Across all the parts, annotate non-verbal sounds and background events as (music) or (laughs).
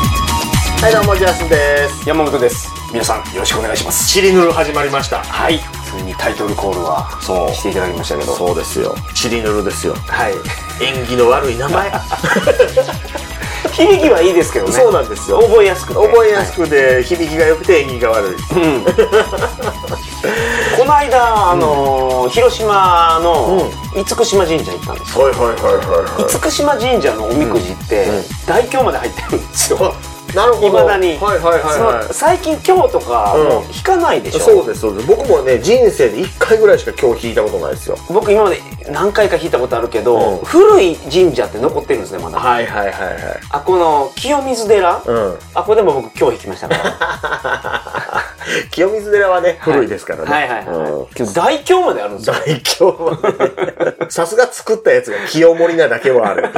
はいどうもジャスンです山本です皆さんよろしくお願いしますチリヌル始まりましたはいついにタイトルコールはそうしていただきましたけどそうですよチリヌルですよはい縁起の悪い名前響きはいいですけど (laughs) ねそうなんですよ覚えやすく (laughs) て覚えやすくて響きが良くて縁起が (laughs) 悪いうんこの間あのー広島の厳島神社行ったんですよはいはいはいは厳島神社のおみくじって大凶まで入ってるんですよいなるほどいまだにはいはいはいそはの最近凶とかもう引かないでいしそょうですそうです僕もね人生で1回ぐらいしか今日弾いたことないですよ僕今まで何回か引いたことあるけうどん古い神社って残ってるんですねまだはいはいはいはいあこの清水寺うんあこれでも僕今日引きましたから清水寺はね (laughs) 古いですからねはいはいはい、うんけど大凶まであるんですよ大凶はねさすが作ったやつが清盛なだけはある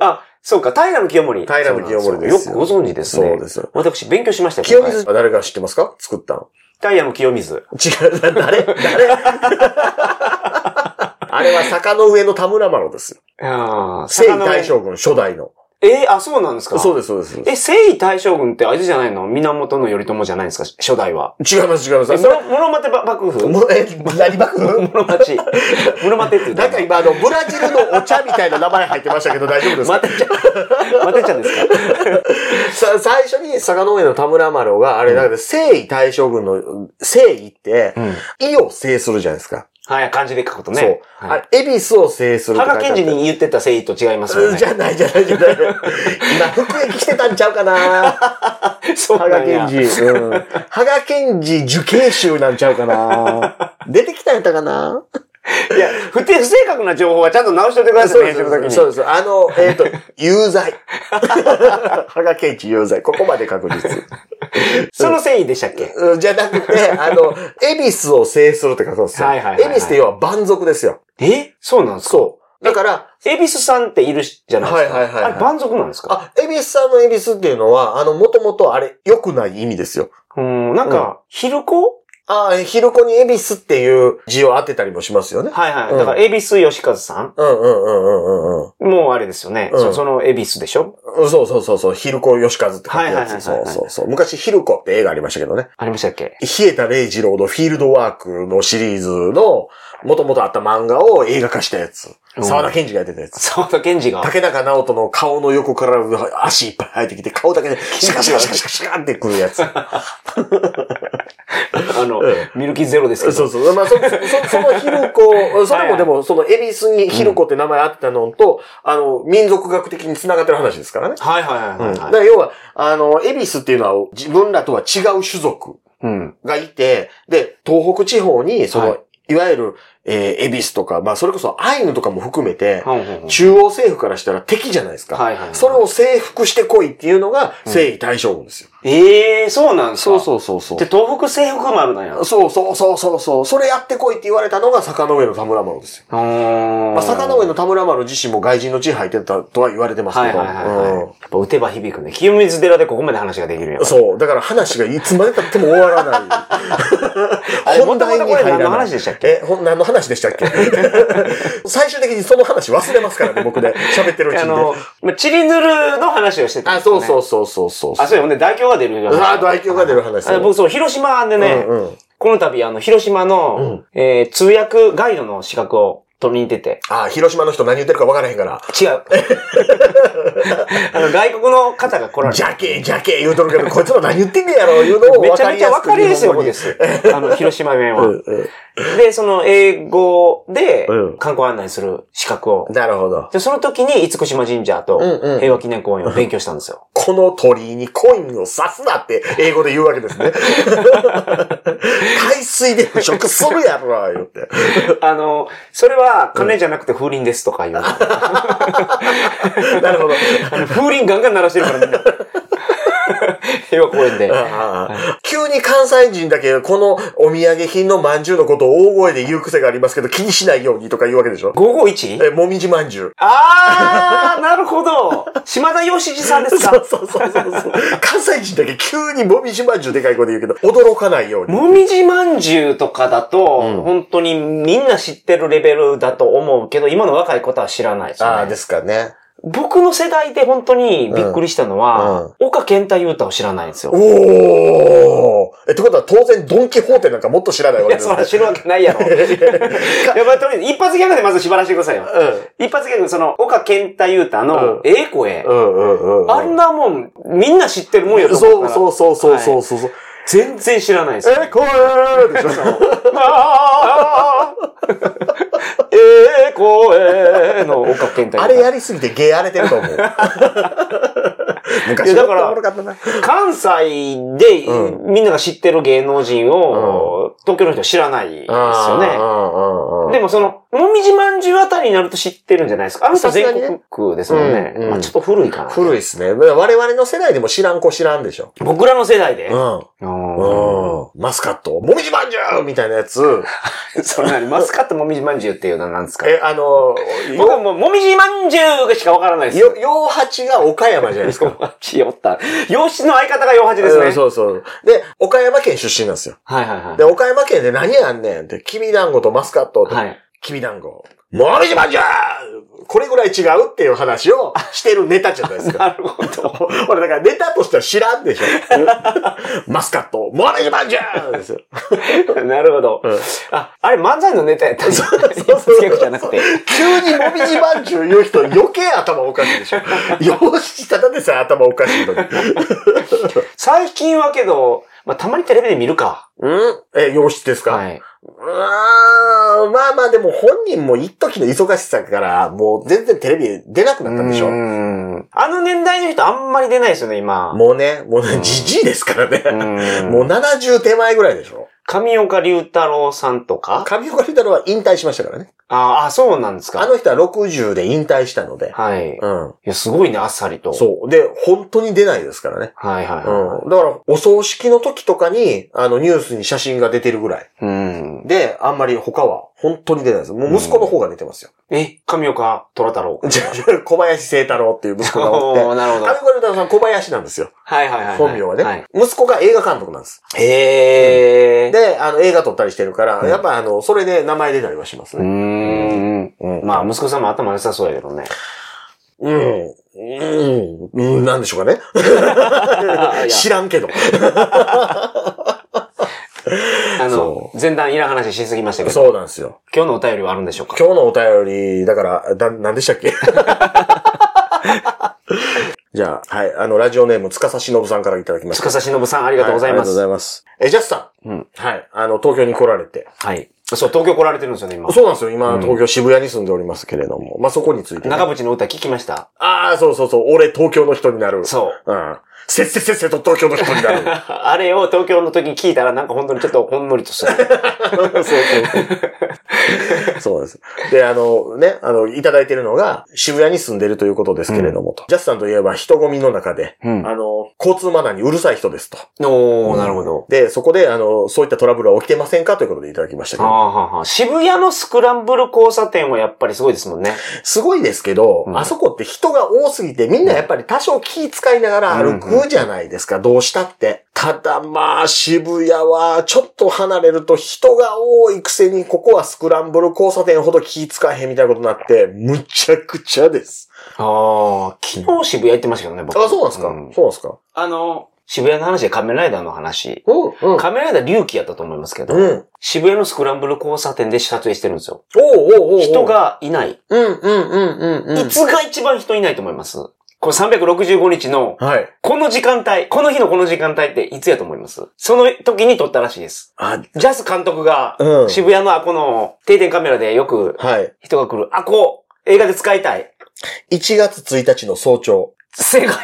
あそうか平清盛平清盛ですよそうなんよよくご存知ですねそうですよ私勉強しましたよ清今回水は誰が知ってますか作ったの平の清水違う、誰誰 (laughs) あれは坂の上の田村麻呂ですよ。ああ征夷大将軍初代の。えー、あそうなんですかそううです、そうです。え征夷大将軍ってあれじゃないの源頼朝じゃないんですか初代は違います、違います。えそれ室室町ば幕府もえ、何幕府室町室町って言ってなんか今、あの、ブラジルのお茶みたいな名前入ってましたけど大丈夫ですまかたちゃんまたちゃんですかさ最初に坂の上の田村麻呂が、あれ、だから征夷大将軍の征夷って、意を制するじゃないですか。はい漢字で書くとねそう。はあいれ、恵比寿を制するって書い羽賀てあ健って二に言ってた誠意と違いますよね。じゃないじゃないじゃ (laughs) ない。今、服役してたんちゃうかなそう羽な賀んや健二。うん。羽賀健二受刑囚なんちゃうかな出てきたんやったかないや、不定不正確な情報はちゃんと直しておいてくださいね、編集の時に。そうです。あの、えっ、と、有罪。 (laughs) 羽賀健二有罪。ここまで確実。その誠意でしたっけうんじゃなくて、あの、恵比寿を制するって書くんですよ。はいはいはいはい恵比寿って要は蛮族ですよ。えそうなんですかそう。だから、恵比寿さんっているじゃないですか。はいはいはいはいあれ、蛮族なんですかあ、恵比寿さんの恵比寿っていうのは、あの、もともとあれ、良くない意味ですよ。うん、なんか、昼子ああ、昼子に恵比寿っていう字を当てたりもしますよね。はいはい。うんだから、恵比寿義和さんうんうんうんうんうんうん。もうあれですよね。うんそその恵比寿でしょうんそうそうそうそう、ヒルコヨシカズって書くはいはやいはいつ。はいそはういそうそう。昔ヒルコって映画ありましたけどね。ありましたっけ冷えた礼二郎のフィールドワークのシリーズの、もともとあった漫画を映画化したやつ。うん沢田研二がやってたやつ。沢田 (laughs) 健二が。竹中直人の顔の横から足いっぱい生えてきて、顔だけでシャカシャカシャカシャカシャカってくるやつ。あのうん、ミルキーゼロですけそうど。そう。まあ、そ、そ、 (laughs) そのヒルコ、それもでも、そのエビスにヒルコって名前あってたのと、あの、民族学的に繋がってる話ですからね。はいはいはいはいだはかい。ら要は、あの、エビスっていうのは自分らとは違う種族うん。がいて、で、東北地方に、その、はいい、わゆる、えー、エビスとか、まあ、それこそアイヌとかも含めて、ほんほんほん中央政府からしたら敵じゃないですか。はいはいはいそれを征服してこいっていうのが、征夷大将軍ですよ。ええ、そうなんですかううそうそで、東北制服丸なんや。そうそうそうそうそう。それやってこいって言われたのが坂の上の田村麻呂ですよ。ままあ、坂の上の田村麻呂自身も外人の地入ってたとは言われてますはけいど。はいはいはい。うんやっぱ打てば響くね。清水寺でここまで話ができるやん。そう。だから話がいつまで経っても終わら (laughs) ない。れ元々これ何の話でしたっけえ、ほん何の話でしたっ (laughs) け最終的にその話忘れますからね、僕で。喋ってるうちあに、のね。、まあ、チリヌルの話をしてたんあ、ですそうよね。。そううそうそうそう。あ、そうよね。大凶が出るよ。あ、大凶が出る話。あ僕、そう、広島でね、うんうんこの度、あの、広島の、えー通訳ガイドの資格を取りに行ってて。あ、広島の人何言ってるか分からへんから。違 (laughs) う。あの、外国の方が来られてジャケジャケ言うとるけど、こいつら何言ってんねやろ、言うのをめ分ちゃかめりちゃやすわくかりやすい日方本語にです。あの、広島弁うは。んうで、その、英語でうん、観光案内する資格をん。なるほど。で、その時に、厳島神社とうんうん平和記念公園を勉強したんですよ。この鳥居にコインを刺すなって英語で言うわけですね。海水で腐食するやろ、言って。あの、それは、金じゃなくて風鈴ですとか言う。あなるほど。の風鈴ガンガン鳴らしてるからみ (laughs) んな。平和公園で。ああ急に関西人だけこのお土産品の饅頭のことを大声で言う癖がありますけど気にしないようにとか言うわけでしょ 551? え、もみじ饅頭。あー、なるほど。島田義二さんですそかうそうそうそうそう。関西人だけ急にもみじ饅頭でかい声で言うけど驚かないように。もみじまんじゅうとかだと、本当にみんな知ってるレベルだと思うけど、今の若い方は知らないですよね。ああ、ですかね。僕の世代で本当にびっくりしたのは、岡健太優太を知らないんですよ。おーえ、ってことは当然ドンキホーテなんかもっと知らないわけいや、でそすら知るわけないや (laughs) ろ。いや、まあ、とりあえず、一発ギャグでまず縛らせてくださいよ。一発ギャグ、その、岡健太優太うんの、ええ声う。んうんうんうん。あんなもん、みんな知ってるもんやと思そううから。そううそうそうそうそうそう。全然知らないですよ。え、これでしょあーええ声の岡健太あれやりすぎて芸荒れてると思う。昔いやだからおもろかったな。関西で、みんなが知ってる芸能人を、東京の人は知らないですよね。よでもその、もみじまんじゅうあたりになると知ってるんじゃないですか。あの人さすがにね全国区ですもんね。うんうんまあ、ちょっと古いか (laughs) な。古いですね。だから我々の世代でも知らん子知らんでしょ。僕らの世代で。ううんん。うん。マスカット、もみじまんじゅうみたいなやつ。それなり、マスカットもみじまんじゅうっていうのは何ですかえ、あの、僕はもう、もみじまんじゅうしかわからないです。よ、洋八が岡山じゃないですか。洋八おった。洋七の相方が洋八でうんす (laughs) ね。そうそう。で、岡山県出身なんですよ。はいはいはいで、。岡山県で何やんねんって、きびだんごとマスカットと、はい。きびだんご。もみじまんじゅうこれぐらい違うっていう話をしてるネタじゃないですか。なるほど。俺だからネタとしては知らんでし (laughs) ょ。マスカット、モレジマンジャーですよ。 (laughs) なるほど。あ、あれ漫才のネタやったんそうそうそうじゃなくて。急にもみじまんじゅう言う人余計頭おかしい (laughs) でしょ。よし、ただでさえ頭おかしいのに。最近はけど、まあ、たまにテレビで見るか。うんえ、よしですか、はい。うーんまあまあでも本人も一時の忙しさからもう全然テレビ出なくなったんでしうょ。んあの年代の人あんまり出ないですよね、今。もうね、もうね、じじいですからね。もう (laughs) もう、 70手前ぐらいでしょ。神岡龍太郎さんとか上岡龍太郎は引退しましたからね。ああ、そうなんですあか。の人は60で引退したので。はい。いうん。や、すごいね、あっさりと。そう。で、本当に出ないですからね。はいはいはうん。だから、お葬式の時とかに、あの、ニュースに写真が出てるぐらい。い。うん。で、あんまり他は、本当に出ないです。もう息子の方が出てますよ。え、神岡虎太郎。 (laughs) じゃあ小林聖太郎っていう息子がおって。 (laughs) おーなるほど上村太さん小林なんですよ。はいはいはい。本名はね、はい。息子が映画監督なんです。へー。で、あの、映画撮ったりしてるから、うんやっぱあの、それで名前出たりはしますうね。ーん。うん。まあ、息子さんも頭良さそうやけどね。うん。うん。うん。なんでしょうかね。いや知らんけど。あのそ、前段いらん話しすぎましたけど、そうなんですよ。今日のお便りはあるんでしょうか今日のお便り、だから、な、なんでしたっけ (laughs) じゃあ、はい、あの、ラジオネーム、つかさしのぶさんからいただきました。司忍さん、ありがとうございはありがまとうごす。ざいます。え、ジャスさん。うんはい。あの、東京に来られて。はい。そう、東京来られてるんですよね、今。そうなんですよ。今、東京渋谷に住んでおりますけれども。まあ、そこについてね、長渕の歌聞きましたああ、そうそうそう。俺、東京の人になる。そう。うん。せっせせっせと東京の人になる。あれを東京の時に聞いたら、なんか本当にちょっとほんのりとした。 (laughs) そうそうそう。 (laughs) そうです。で、あの、ね、あの、いただいてるのが、渋谷に住んでるということですけれども、と。ジャスさんといえば、人混みの中で、うんあの、交通マナーにうるさい人ですと。おー、なるほど。で、そこで、あの、そういったトラブルは起きてませんかということでいただきましたけはど。あはあはあ渋谷のスクランブル交差点はやっぱりすごいですもんね。すごいですけど、うんあそこって人が多すぎて、みんなやっぱり多少気遣いながら歩くじゃないですか、どうしたって。ただまあ、渋谷はちょっと離れると人が多いくせに、ここはスクランブル交差点ほど気遣えへんみたいなことになって、むちゃくちゃです。ああ、昨日渋谷行ってましたけどね、僕。あ、そうなんですか、んそうなんですかあの、渋谷の話で仮面ライダーの話。うん、うん。仮面ライダー隆起やったと思いますけど、うん。渋谷のスクランブル交差点で撮影してるんですよ。おうおうおうおう人、がいない。うん、うん、うん、うん、ういつが一番人いないと思いますこの365日の、ん。はい。この時間帯、この日のこの時間帯っていつやと思いますその時に撮ったらしいです。あ、ジャス監督がう、ん渋谷のあこの定点カメラでよくはい。人が来る、あこ、映画で使いたい。 1月1日の早朝。 (laughs) 正解。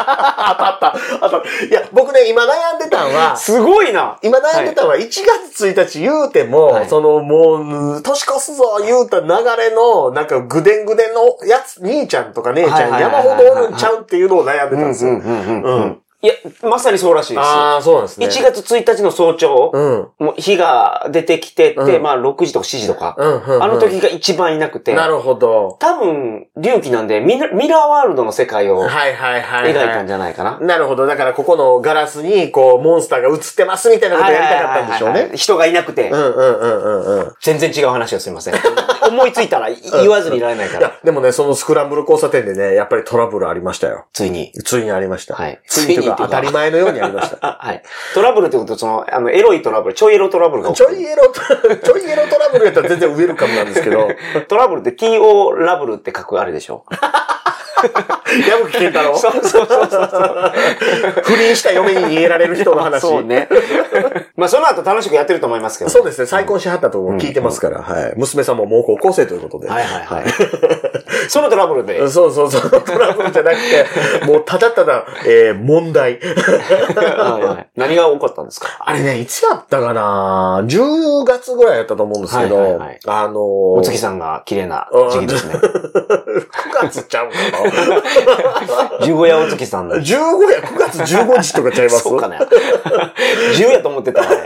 あと、いや、僕ね、今悩んでたんは、すごいな。今悩んでたんは、1月1日言うても、はいその、もう、年越すぞ言うた流れの、なんか、ぐでんぐでんのやつ、兄ちゃんとか姉ちゃん、はいはいはい山はいほどおるんちゃうっていうのを悩んでたんですよ。うんうん。いや、まさにそうらしいです。ああ、そうなんですね。 1月1日の早朝、うん。もう火が出てきてうて、んまあ6時とか7時とか、うんうんうん。あの時が一番いなくて、なるほど。多分、隆起なんでミラ、ミラーワールドの世界を描いはいはいはい、はい。たんじゃないかな。なるほど。だからここのガラスに、こう、モンスターが映ってますみたいなことやりたかったんでしょうはいはいはいはね。い人がいなくて、うんうんうんうんうん。全然違う話をすみません。 (laughs) 思いついたらい言わずにいられないかいやら、でもね、そのスクランブル交差点でね、やっぱりトラブルありましたよ。ついに。ついにありました。はいついにというかついにという当かたり前のようにありました。あ、はい。トラブルってこと、その、あの、エロいトラブル、ちょいエロトラブルが起ちきょいエロ (laughs) ト、ちょいエロトラブルやったら全然ウェルカムなんです (laughs) けど、てる。トラブルって TO ラブルって書くあれでしょ矢吹健太郎 (laughs) そうそうそうそう。 (laughs) 不倫した嫁に逃げられる人の話。 (laughs) そうね。まあ、その後楽しくやってると思いますけど。そうですね、再婚しはったと聞いてますから、はい。娘さんももう高校生ということで。はいはいはい。 (laughs) そのトラブル (laughs) で。そうそうそう、トラブルじゃなくて、もうただただ、えー、問 (laughs) 題。はいはい何が起こったんですかあれね、いつやったかな ?10 月ぐらいやったと思うんですけど、はいはいはいあのー、おお月さんが綺麗な時期ですね。 9月ちゃうか十五夜お月さん (laughs) のな ?15 。や、9月15日とかちゃいますそう (laughs) かね。十やと思ってたわね。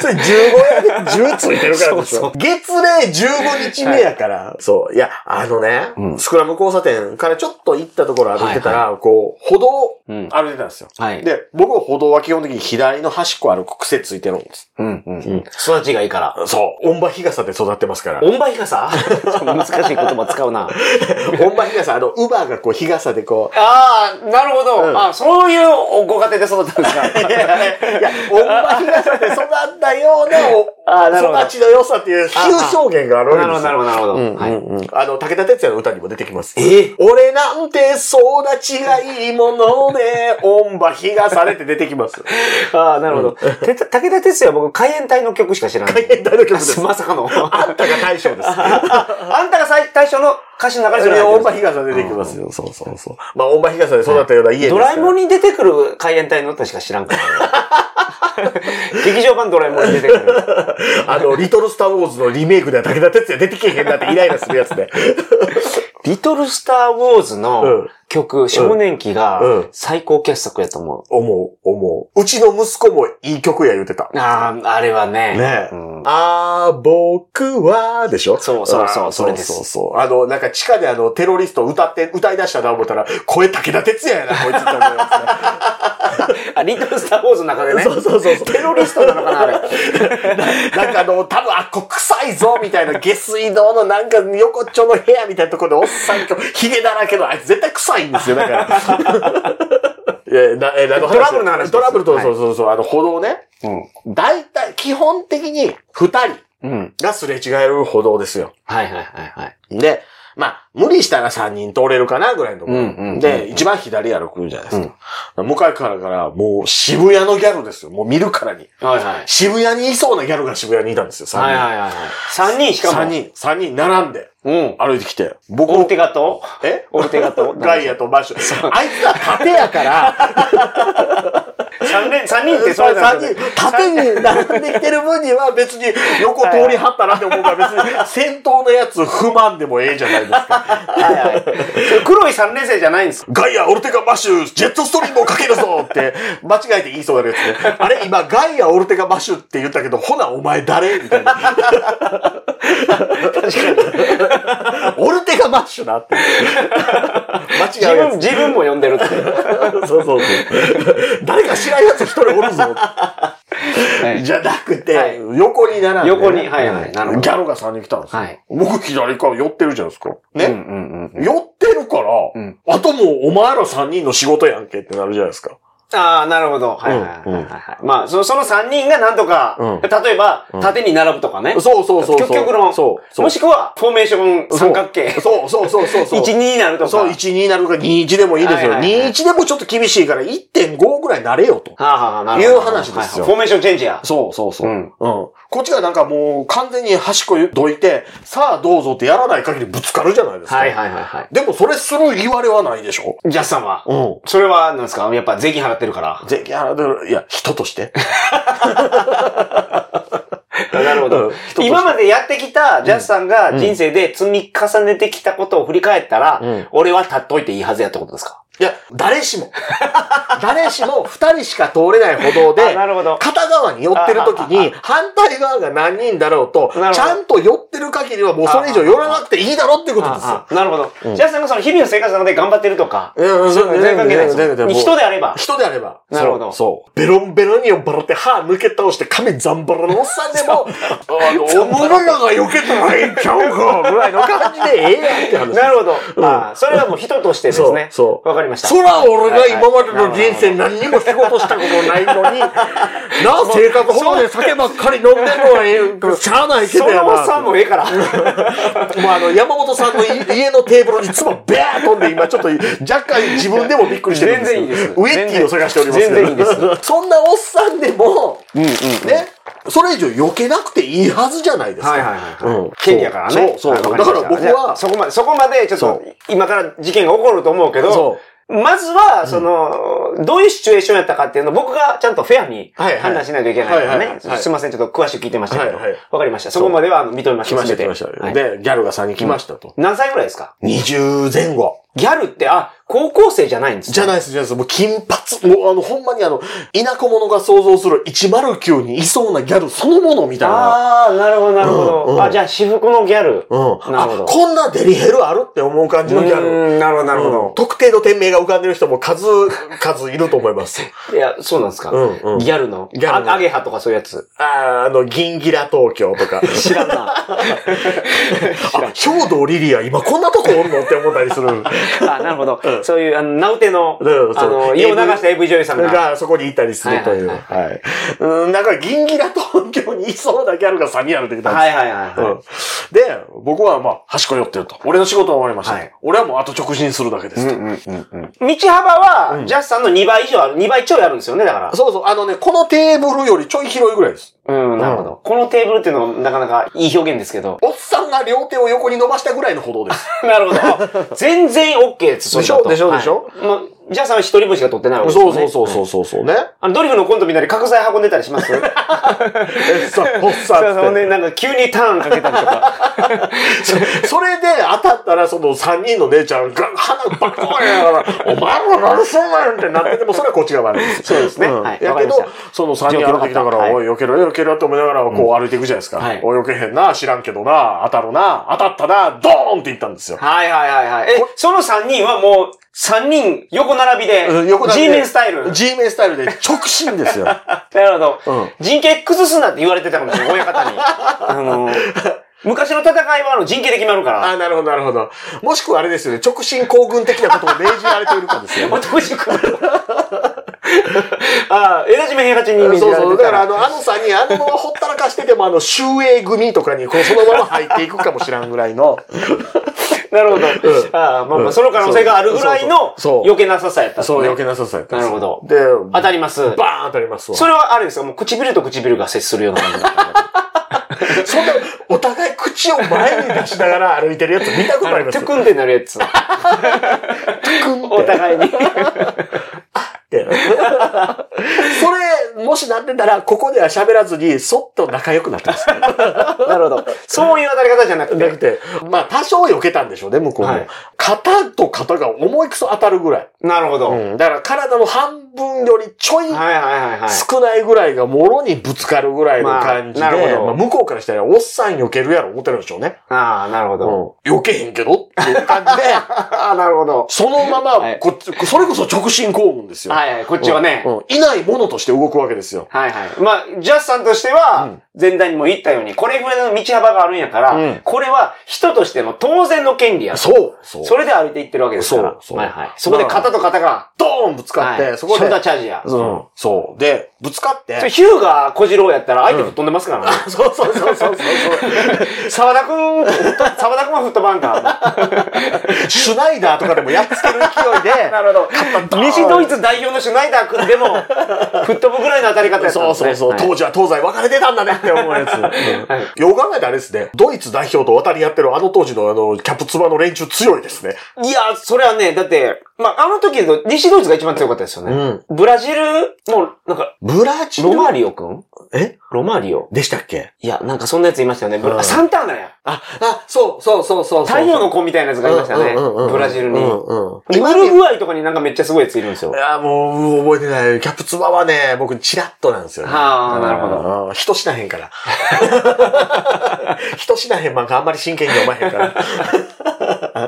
それ15やで10ついてるからでしそょ。月齢15日目やから。そう。いや、あのねう、んスクラム交差点からちょっと行ったところ歩いてたはら、こう、歩道うん歩いてたんですよ。はい。で、僕は歩道は基本的に左の端っこ歩く癖ついてるんです。うんうんうん。育ちがいいから。そう。オンバ日傘で育ってますから。音場 (laughs) 日傘難しい言葉使うな。オンバ日傘、あの、ウバーがこう日傘で (laughs) こう、ああ、なるほど。うんあそういうご家庭で育ったんです (laughs) か。いや、お前がさ、育ったような (laughs) あーなるお、ほど育ちの良さっていう、比喩表現があるわなけるでほど、すなるよ。ほど、なるほど。はいうんうんあの、武田鉄矢の歌にも出てきます。え俺なんて育ちがいいもの (laughs) で、音場日がされて出てきます。ああ、なるほど。て武田鉄矢は僕、海援隊の曲しか知らない。変態の曲です。ま (laughs) さかの。あんたが大将です。 (laughs) あんたが最最初の歌詞の中にそそれれ入って音るんで場す日がさ出てきかますよ。そうそうそう。まあ、音場日がさで育ったような家ですドからラえもんに出てくる海援隊の歌しか知らんから、ね。 (laughs) 劇場版ドラえもんに出てくる。あの、リトルスターウォーズのリメイクでは武田鉄矢出てけへんなってイライラするやつで。リトルスター・ウォーズうんの曲、少年期うんが最高傑作やと思思う、思う。うちの息子もいい曲や言うてた。う。ああ、あれはね。ねえ。うんあー、僕は、でしょそうそうそうあーそれでそすうそうそう。あの、なんか地下であの、テロリスト歌って、歌い出したな思ったら、声武田鉄矢やな、こいつって思い (laughs) まあ、リトルスター・ウォーズの中でね。そうそうそうそうテロリストなのかな、あれ。すね。なんかあの、多分あっこ臭いぞ、みたいな、下水道のなんか横っちょの部屋みたいなところで、おっさんと、ヒゲだらけの、あいつ絶対臭いんですよ、だ (laughs) から。いやなえなトラブルの話ですトラブルと、はいそうそうそう、あの、歩道ね。大体、基本的に、二人うん。うん。がすれ違える歩道ですよ。はいはいはいはい。で、まあ、無理したら3人通れるかなぐらいのところ。うんうんうんで、一番左歩くじゃないですか。向かいからから、もう渋谷のギャルですよ。もう見るからに。はいはい。渋谷にいそうなギャルが渋谷にいたんですよ、3人。はいはいはい。三人しかも。 3。人、三人並んでうん。歩いてきて。僕オルテガとえオルテガと (laughs) ガイアとマッシュ。あいつは縦やから、三人、 (laughs) 三人ってそれ3なんです人よ、縦に並んできてる分には別に横通りはったなって思うから別に先頭のやつ不満でもええじゃないですか。はいはい。それ黒い三年生じゃないんです。ガイア、オルテガ、マッシュ、ジェットストリームをかけるぞ (laughs) って、間違えて言いそうになるやつね。あれ、今、ガイア、オルテガ、マッシュって言ったけど、ほな、お前誰みたいな。オルテガ、マッシュな (laughs) って。間自違うや分、自分も呼んでるって。 (laughs) つ。そうそうそう。誰か知らんやつ一人おるぞ。じゃなくて、はい横に並んで、横にはいはいなるほどギャルが3人来たんですよ。はい僕、左から寄ってるじゃないですか。ね。うんうんうん。寄ってるから、んあともうお前ら3人の仕事やんけってなるじゃないですか。ああ、なるほど。はいはいはいはいはい。まあ、そのその3人がなんとか、う例えば、縦に並ぶとかね。そうそうそうそう。極極論。そうそう。もしくは、フォーメーション三角形。そうそうそうそうそう。 1、2になるとか。そう、は1、2になるか21でもいいですよ。はいはいはい21でもちょっと厳しいから1.5ぐらいなれよと。あはあなるほどいう話ですよはいはいフォーメーションチェンジや。。そうそうそううんこっちがなんかもう完全に端っこどいて、さあどうぞってやらない限りぶつかるじゃないですか。はいはいはいはでもそれする言われはないでしょい。ジャスさんは、うそれは、なんですかやっぱ税金払って (laughs) るから。税金払ってるいや、人として。なるほうんど。今までやってきたジャスさんが人生で積み重ねてきたことを振り返ったら、うん俺は立っといていいはずやってことですかいや、誰し (laughs) も。誰しも二人しか通れない歩道であ、なるほど。片側に寄ってる時に、反対側が何人だろうと、なるほどちゃんと寄ってる限りはもうそれ以上寄らなくていいだろうっていうことですよあ。あなるほど。じゃあさんがその日々の生活の中で頑張ってるとか、いやいやそういうの全然関係ない全然で全す。然人であれば。人であれば。なるほどそう。そうベロンベロンに酔っ払って歯抜け倒して髪ザンバラのおっさんでも、あの、おもろいのが避けたらええんちゃうかぐらいの感じでええやんって話。なるほど。ああそれはもう人としてですね。そうそうわかりました。そら俺が今までの人生何にも仕事したことないのに、 (laughs) なあ、性格ほどで酒ばっかり飲んでるのはええ、しゃあないけそどやのおっな。さんもええから。まあ、あの、山本さんのい家のテーブルに妻ベーッ飛んで、今ちょっと若干自分でもびっくりしてるんですけど全然いいですウェッティを探しておりますけど全然いいでそんなおっさんでも、ね、それ以上避けなくていいはずじゃないですか。 (laughs) はいはいはい。うん権利やからね。そうそうはいわだかりまらした僕じゃあは、そこまで、そこまで、ちょっとそ、今から事件が起こると思うけどそ、まずは、その、どういうシチュエーションやったかっていうのを僕がちゃんとフェアにはいはい判断しないといけないからはいね。はいはいすいません、ちょっと詳しく聞いてましたけど。はいはいわかりました。そこまではあの認めまし来た。ました全来てました、はいで、ギャルが3人来ましたと。何歳ぐらいですか20前後。ギャルって、あ、高校生じゃないんですじゃないい。です、じゃないです。もう金髪。もうあの、ほんまにあの、田舎者が想像する109にいそうなギャルそのものみたいな。ああ、なるほど、なるほうんうど。んあ、じゃあ、私服のギャル。うん。なるほどあ、こんなデリヘルあるって思う感じのギャル。うんなるほど、なるほうん特定の店名が浮かんでる人も数、数いると思い (laughs) ます。ど。いや、そうなんですか。うんうんギャルの。ギャルのあアゲハとかそういうやつ。あーあの、銀ギラ東京と (laughs) か。知らんな。 (laughs) あ、兵道リリア今こんなとこおんのって思った (laughs) りする。あ、なるほど。そういう、あの、ナウテの、あうんそうの、家を流した AV 女優さんが。が、そこにいたりするという。ははいうん、なんか銀ギラ東京にいそうなギャルが3人あるって言ったんですはいはいはいうはんで、僕はまあ、端っこ寄ってると。俺の仕事は終わりました。はい俺はもうあと直進するだけですと。い。道幅は、ジャスさんの2倍以上ある、2倍ちょいあるんですよね、だから。そうそう、あのね、このテーブルよりちょい広いぐらいです。うん、なるほど。このテーブルっていうのもなかなかいい表現ですけど。おっさんが両手を横に伸ばしたぐらいの歩道です。 (laughs) なるほど。全然 OK です、でしょそんなとでしょでしょはいもうジャスさんは一人分しか取ってないわけです (laughs) そようね。。そうそうそううそうそうね。あの、ドリフのコントみたいに角材運んでたりしま (laughs) すそうえさ、おっさ (laughs) んっつそっうて。ね、なんか急にターンかけ (laughs) たりとか。それで当たったら、その3人の姉ちゃんが鼻バッコーンやから、お前ら何すんなんってなってても、それはこっちが悪いです。そうですねんはいやわかけりどました、その3人歩いてきたか状況分かったら、おい、避けろよ、避けろよって思いながら、こう歩いていくじゃないですか。はいおい、避けへんな、知らんけどな、当たるな、当たったな、ドーンって言ったんですよ。はいはいはいはい。え、その3人はもう、3人横並びで、G メンスタイル。 G メンスタイルで直進です (laughs) よ。なるほど。うん人形崩すなって言われてたかもしれない、親 (laughs) 方に。あのー、昔の戦いはあの人形で決まるから。あ、なるほど、なるほ (laughs) ど。もしくはあれですよね、直進行軍的なことを命じられているかです (laughs) よね。男塾の。 (laughs) ああ、江田島平八にイメージそうられそう。てだたから、あら。の、あのさんにあのままほったらかしてても、あの、周英組とかに、こう、そのまま入っていくかもしらんぐらいの。なるほど。ああ、まあまあ、その可能性があるぐらいのそうそうそう余計なささやったんですね。そう、余計なささやったんですよなるほどで、当たります。バーン当たりますわ。それはあれですよ。もう唇と唇が接するよ (laughs) うな感じだったんで。そんな、お互い口を前に出しながら歩いてるやつ見たことあります (laughs) トゥクンってなるやつ。お互 (laughs) いに。って。それ、もしなってたら、ここでは喋らずに、そっと仲良くなってます。 (laughs) なるほど。そういう当たり方じゃなくなくて。て、まあ、多少避けたんでしょうね、向こうも。はい肩と肩が思いくそ当たるぐらい。なるほど。はいうん。だから、体の半分よりちょいはいはいはい。少ないぐらいがもろにぶつかるぐらいの感じで、まあまなるほどあ、向こうからしたらおっさん避けるやろ思ってるんでしょうね。ああ、なるほど。うん。避けへんけどっていう感じ (laughs) で、ああ、なるほど。そのまはまいこっち、それこそ直進行軍ですよ。はいはい、こっちはね。うん。いないものとして動くわけですよ。はいはい。まあ、ジャスさんとしては、前段にも言ったように、これぐらいの道幅があるんやから、うんこれは人としての当然の権利や。そう。そう。それで歩いていってるわけですから。そうそうはいはい。そこで肩と肩が、ドーンぶつかって、はい、そこショでルダー。チャージや。うん。そう。で、ぶつかっそれて。ヒューが小次郎やったら相手吹っ飛んでますからね。 (laughs) そうそうそうそうそう。沢田くん、沢田くんは吹っ飛ばんか。シュナイダーとかでもやっつける勢いで、 (laughs) なるほど。西ドイツ代表のシュナイダーくん (laughs) でも、吹っ飛ぶぐらいの当たり方やったんそでうすそね。うそう、はい当時は東西分かれてたんだねって思うやつ。うんよう考えたらあれですね、ドイツ代表と渡り合ってるあの当時のあの、キャプツバの連中強いです。ですね。いや、それはね、だって、まあ、あの時の西ドイツが一番強かったですようね。ん。ブラジルも、なんか、ブラジルロマーリオくんえロマーリオ。でしたっけいや、なんかそんなやついましたよね。ブラうんサンターナや。あ、あ、そうそうそうそう太陽の子みたいなやつがいましたね。ブラジルに。でウ今ルグアイとかになんかめっちゃすごいやついるんですよい。や、もう、覚えてない。キャプツバはね、僕、チラッとなんですよね。はあなるほど。うん人死なへんから。 (laughs) 人死なへん漫画あんまり真剣に読まへんから。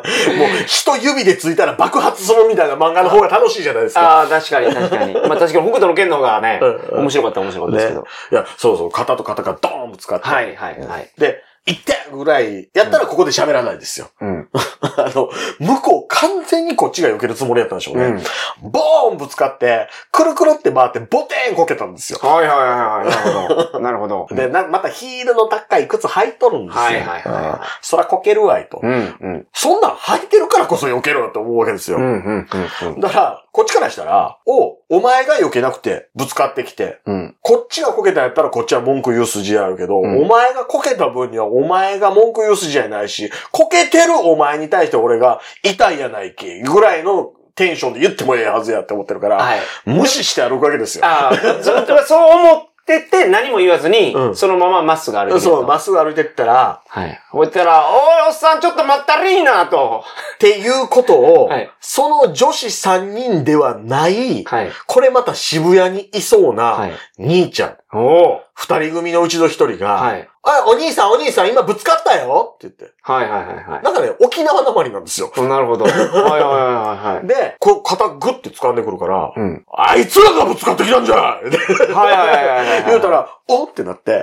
(laughs) もう、人指でついたら爆発するみたいな漫画の方が楽しいじゃないですか。ああ、確かに確か (laughs) に。まあ確かに北斗の剣の方がねうんう、ん面白かった面白かったですけねど。。いや、そうそう、肩と肩がドーンぶつかって。はいはいはい。で、一点ぐらい、やったらここで喋らないですよ。 (laughs) うん。あの、向こう完全にこっちが避けるつもりやったんでしょうね。うんボーンぶつかって、くるくるって回って、ボテーンこけたんですよ。はいはいはいはい。な (laughs) るほど。なるほど。で、な、またヒールの高い靴履いとるんですよ。はいはいはいはいうんそらこけるわいと。うんうん。そんなん履いてるからこそ避けろって思うわけですよ。うんうんうんだから、こっちからしたら、おう、お前が避けなくて、ぶつかってきて、うん。うん。こっちがこけたんやったらこっちは文句言う筋合いあるけど、うんお前がこけた分にはお前が文句言う筋合いないし、こけてるお前に対して俺が痛いやないき、ぐらいのテンションで言ってもええはずやって思ってるから、はい。無視して歩くわけですよ。ああ、そそう思ってて何も言わずにう、んそのまままっすぐ歩いてるとそう、まっすぐ歩いてったら、はい。ほいたら、おいおっさんちょっと待ったりーなと。っていうことを、はいその女子3人ではない、はい。これまた渋谷にいそうは。ない兄ちゃん、おお。二、人組のうちの一人が、はい。あ、お兄さんお兄さん今ぶつかったよって言って。はいはいはいはい。なんかね、沖縄なまりなんですよ。おなるほど。はいはいはいはい。で、こう、肩グッて掴んでくるから、うん。あいつらがぶつかってきたんじゃいってはいはいはいはいはい。言うたら、おってなって、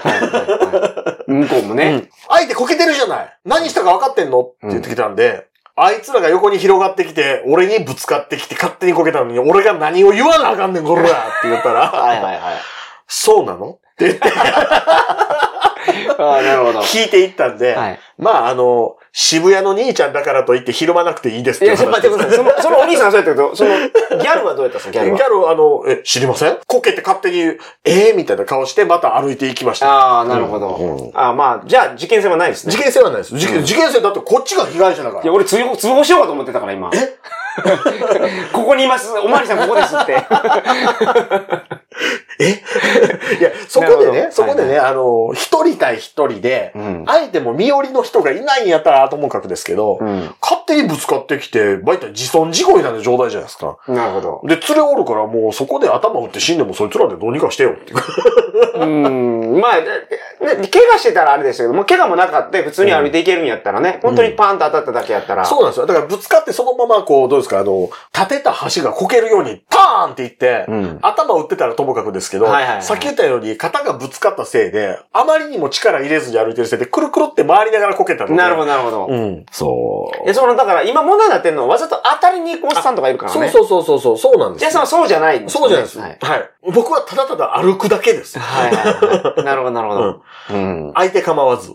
向こうもうね。ん相手こけてるじゃない何したか分かってんのって言ってきたんで、あいつらが横に広がってきて、俺にぶつかってきて勝手にこけたのに、俺が何を言わなあかんねん、これや (laughs) って言ったら、はいはいはい。そうなのって言ってああ、なるほど。聞いていったんで、はい。まあ、あの、渋谷の兄ちゃんだからといってひるまなくていいですっいていうや、話ちょっと待ってください。その、そのお兄さんはそうやったけど、その、ギャルはどうやったんですか、ギャギルャは。ル、あの、え、知りませんこけて勝手に、ええみたいな顔して、また歩いていきました。ああ、なるほうんど。ああ、まあ、じゃあ、事件性はないですね事。件性はないです。事件、事件性だってこっちが被害者だかいや、ら。俺通報、通報しようかと思ってたから、今。え (laughs) ここにいます。おまわりさんここですって。いや、そこでなるほねど、そこでね、あの、一人対一人で、うん相手も身寄りの人がいないんやったら、ともかくですけど、ん。勝手にぶつかってきて、バイタ自損事故みたいな状態じゃないですか。なるほど。で、連れおるからもうそこで頭打って死んでもそいつらでどうにかしてよって。うん。まあ、ね怪我してたらあれでしたけど、もう怪我もなかった。普通に歩いていけるんやったらね。本当にパーンと当たっただけやったら。そうなんですよ。だからぶつかってそのままこう、どうですか、あの、立てた橋がこけるようにパーンっていって、うん頭打ってたらともかくですけど、はいはいはいさっき言ったように肩がぶつかったせいで、あまりにも力入れずに歩いてるせいで、くるくるって回りながらこけたので。なるほど、なるほど。うん。そう。え、その、だから、今問題になってんのは、わざと当たりに行くおっさんとかいるからね。そうそうそうそう、そうなんですじゃよ。あ、その、そうじゃないんですそよね、うじゃないです。ははいい。。僕はただただ歩くだけです。はいはいはい。なるほど、なるほど。うん。相手構わず。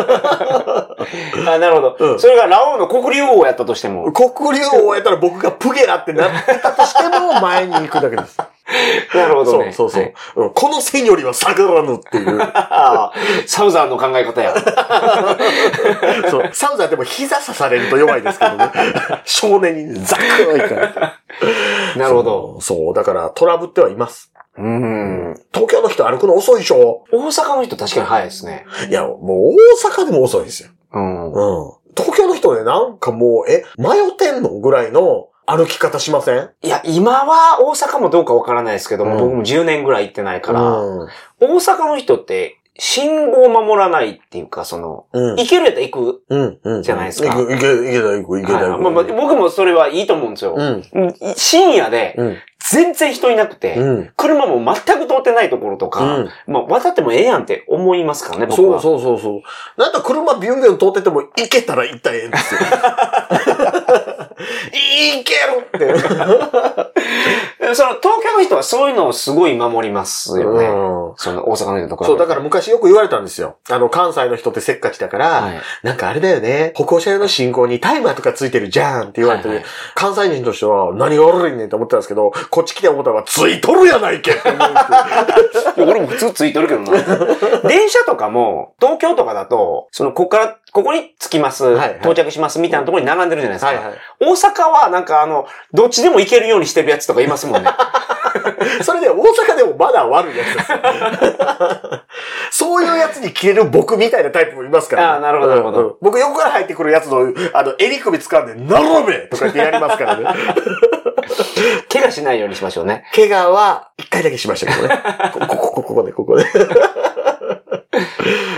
あ、なるほうど。んそれが、ラオウの国竜王やったとしても。黒竜を終えたら僕がプゲラってなってたとしても前に行くだけです。 (laughs) なるほどそね。うそうそう、はいうんこの線よりは下がらぬって (laughs) いう。ああ、 (laughs) サウザーの考え方や。そう。サウザーでも膝刺されると弱いですけど (laughs) ね。少年にザックいから。なるほど。そう。そう。だからトラブってはいます。うん。東京の人歩くの遅いでしょ大阪の人確かに早いですね。いや、もう大阪でも遅いんですよ。うん。うん。東京の人ね、なんかもう、え、迷ってんのぐらいの歩き方しませんいや、今は大阪もどうかわからないですけども、うん僕も10年ぐらい行ってないから、うん。大阪の人って、信号を守らないっていうか、その、うん。行けるやったら行く。うん。うん。じゃないですかいけ、いけ、いけない、いけ、いけない。はいまあまあ、僕もそれはいいと思うんですよ。うん。深夜で、うん。全然人いなくて、うん。車も全く通ってないところとか、うんまあ、渡ってもええやんって思いますからね、僕そは。うそうそうそう。なんか車ビュンビュン通ってても、行けたら行ったら (laughs) ええんですよ。行けるって。その、東京の人ははそういうのをすごい守りますよね。うんその大阪の人と比べてそう、だから昔よく言われたんですよ。あの、関西の人ってせっかちだから、はいなんかあれだよね、歩行者用の信号にタイマーとかついてるじゃんって言われて、はいはい関西人としては何が悪いねんって思ってたんですけど、こっち来て思ったのはついとるやないけって思うんですよいや俺も普通ついてるけど (laughs) な。電車とかも、東京とかだと、その、ここから、ここに着きます、はいはい到着します、みたいなところに並んでるじゃないですはか。いは大阪は、なんかあの、どっちでも行けるようにしてるやつとかいますもんね。 (laughs) い。それで大阪でもまだ悪いやつですよ (laughs) そういうやつに切れる僕みたいなタイプもいますから、あーなるほどなるほどうんうん僕横から入ってくるやつの、あの、襟首掴んで、並べとかってやりますからね。 (laughs) 怪我しないようにしましょうね。怪我は一回だけしましたけど (laughs) ね。ここ、ここ、ここで、ここで。 (laughs)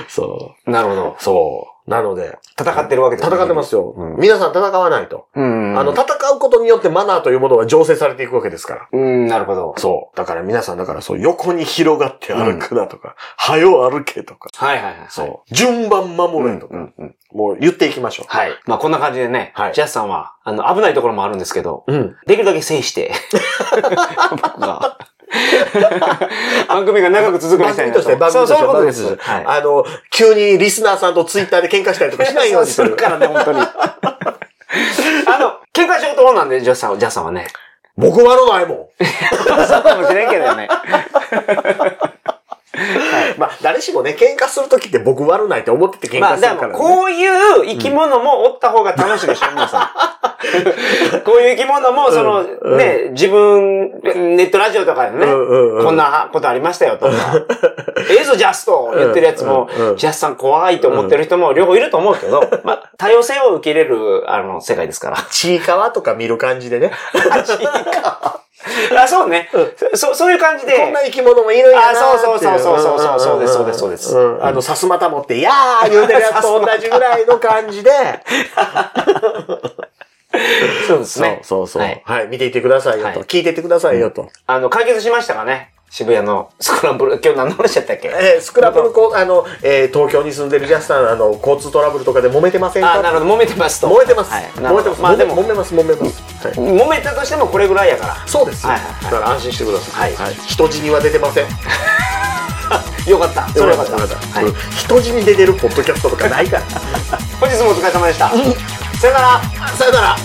そなるほどう。。そう。なので、戦ってるわけですね戦ってますよ。うん皆さん戦わないと。うん。あの、戦うことによってマナーというものは醸成されていくわけですから。うん、なるほど。そう。だから皆さん、だからそう、横に広がって歩くなとか、早う歩けとか、はいはいはい。そう。順番守れとか、うんうんもう言っていきましょう。はい。まあこんな感じでね、はいジャスさんは、あの、危ないところもあるんですけど、うん。できるだけ制して、僕が。 (laughs) 番組が長く続くよう番にしたい組なとして、番組として、そうそういうことです番組。としてはいあの、急にリスナーさんとツイッターで喧嘩したりとかしないようにすそうするる。からね、 (laughs) 本当に。あの、喧嘩しようと思うなんで、ジャスさんは、ジャスさんはね。僕悪ないもん。そうかもしれんけどね。まあ、誰しもね、喧嘩するときって僕悪ないって思ってて喧ま嘩あ、するでから、ね。も、こういう生き物もおった方が楽しいでしょ、皆さん。こういう生き物も、その、うんね、自分、ネットラジオとかでね、うんうんうんこんなことありましたよとか、ええぞ、ジャスト言ってるやつも、うんうんジャスさん怖いと思ってる人も両方いると思うけど、まあ、多様性を受け入れる、あの、世界ですから。ちいかわとか見る感じでね。あ、そうね。そ、そういう感じで。こんな生き物もいるんやなーっていあそうそうそうそうそうそうそうですそうですそうですんんあの、さすまた持って、いやー言うてるやつと同じぐらいの感じで。そうですそうね。そうそう。ははいい、見ていってくださいよと。はい聞いていってくださいよと。あの、解決しましたかね渋谷のスクランブル、今日何の話やったっけえースクランブルこう、あの、えー東京に住んでるジャスさん、あの、交通トラブルとかで揉めてませんあ、なかるほど、揉めてますと。揉めてます。はい揉めてます。まあでも、揉めます、揉めます。はい揉めたとしてもこれぐらいやから。そうですよ。はいはいはいだから安心してください。。はい人死には出てません。よかった。それよかった。よはい。うん人死に出てるポッドキャストとかないから。 (laughs) 本日もお疲れ様でした。さよなら。さよなら。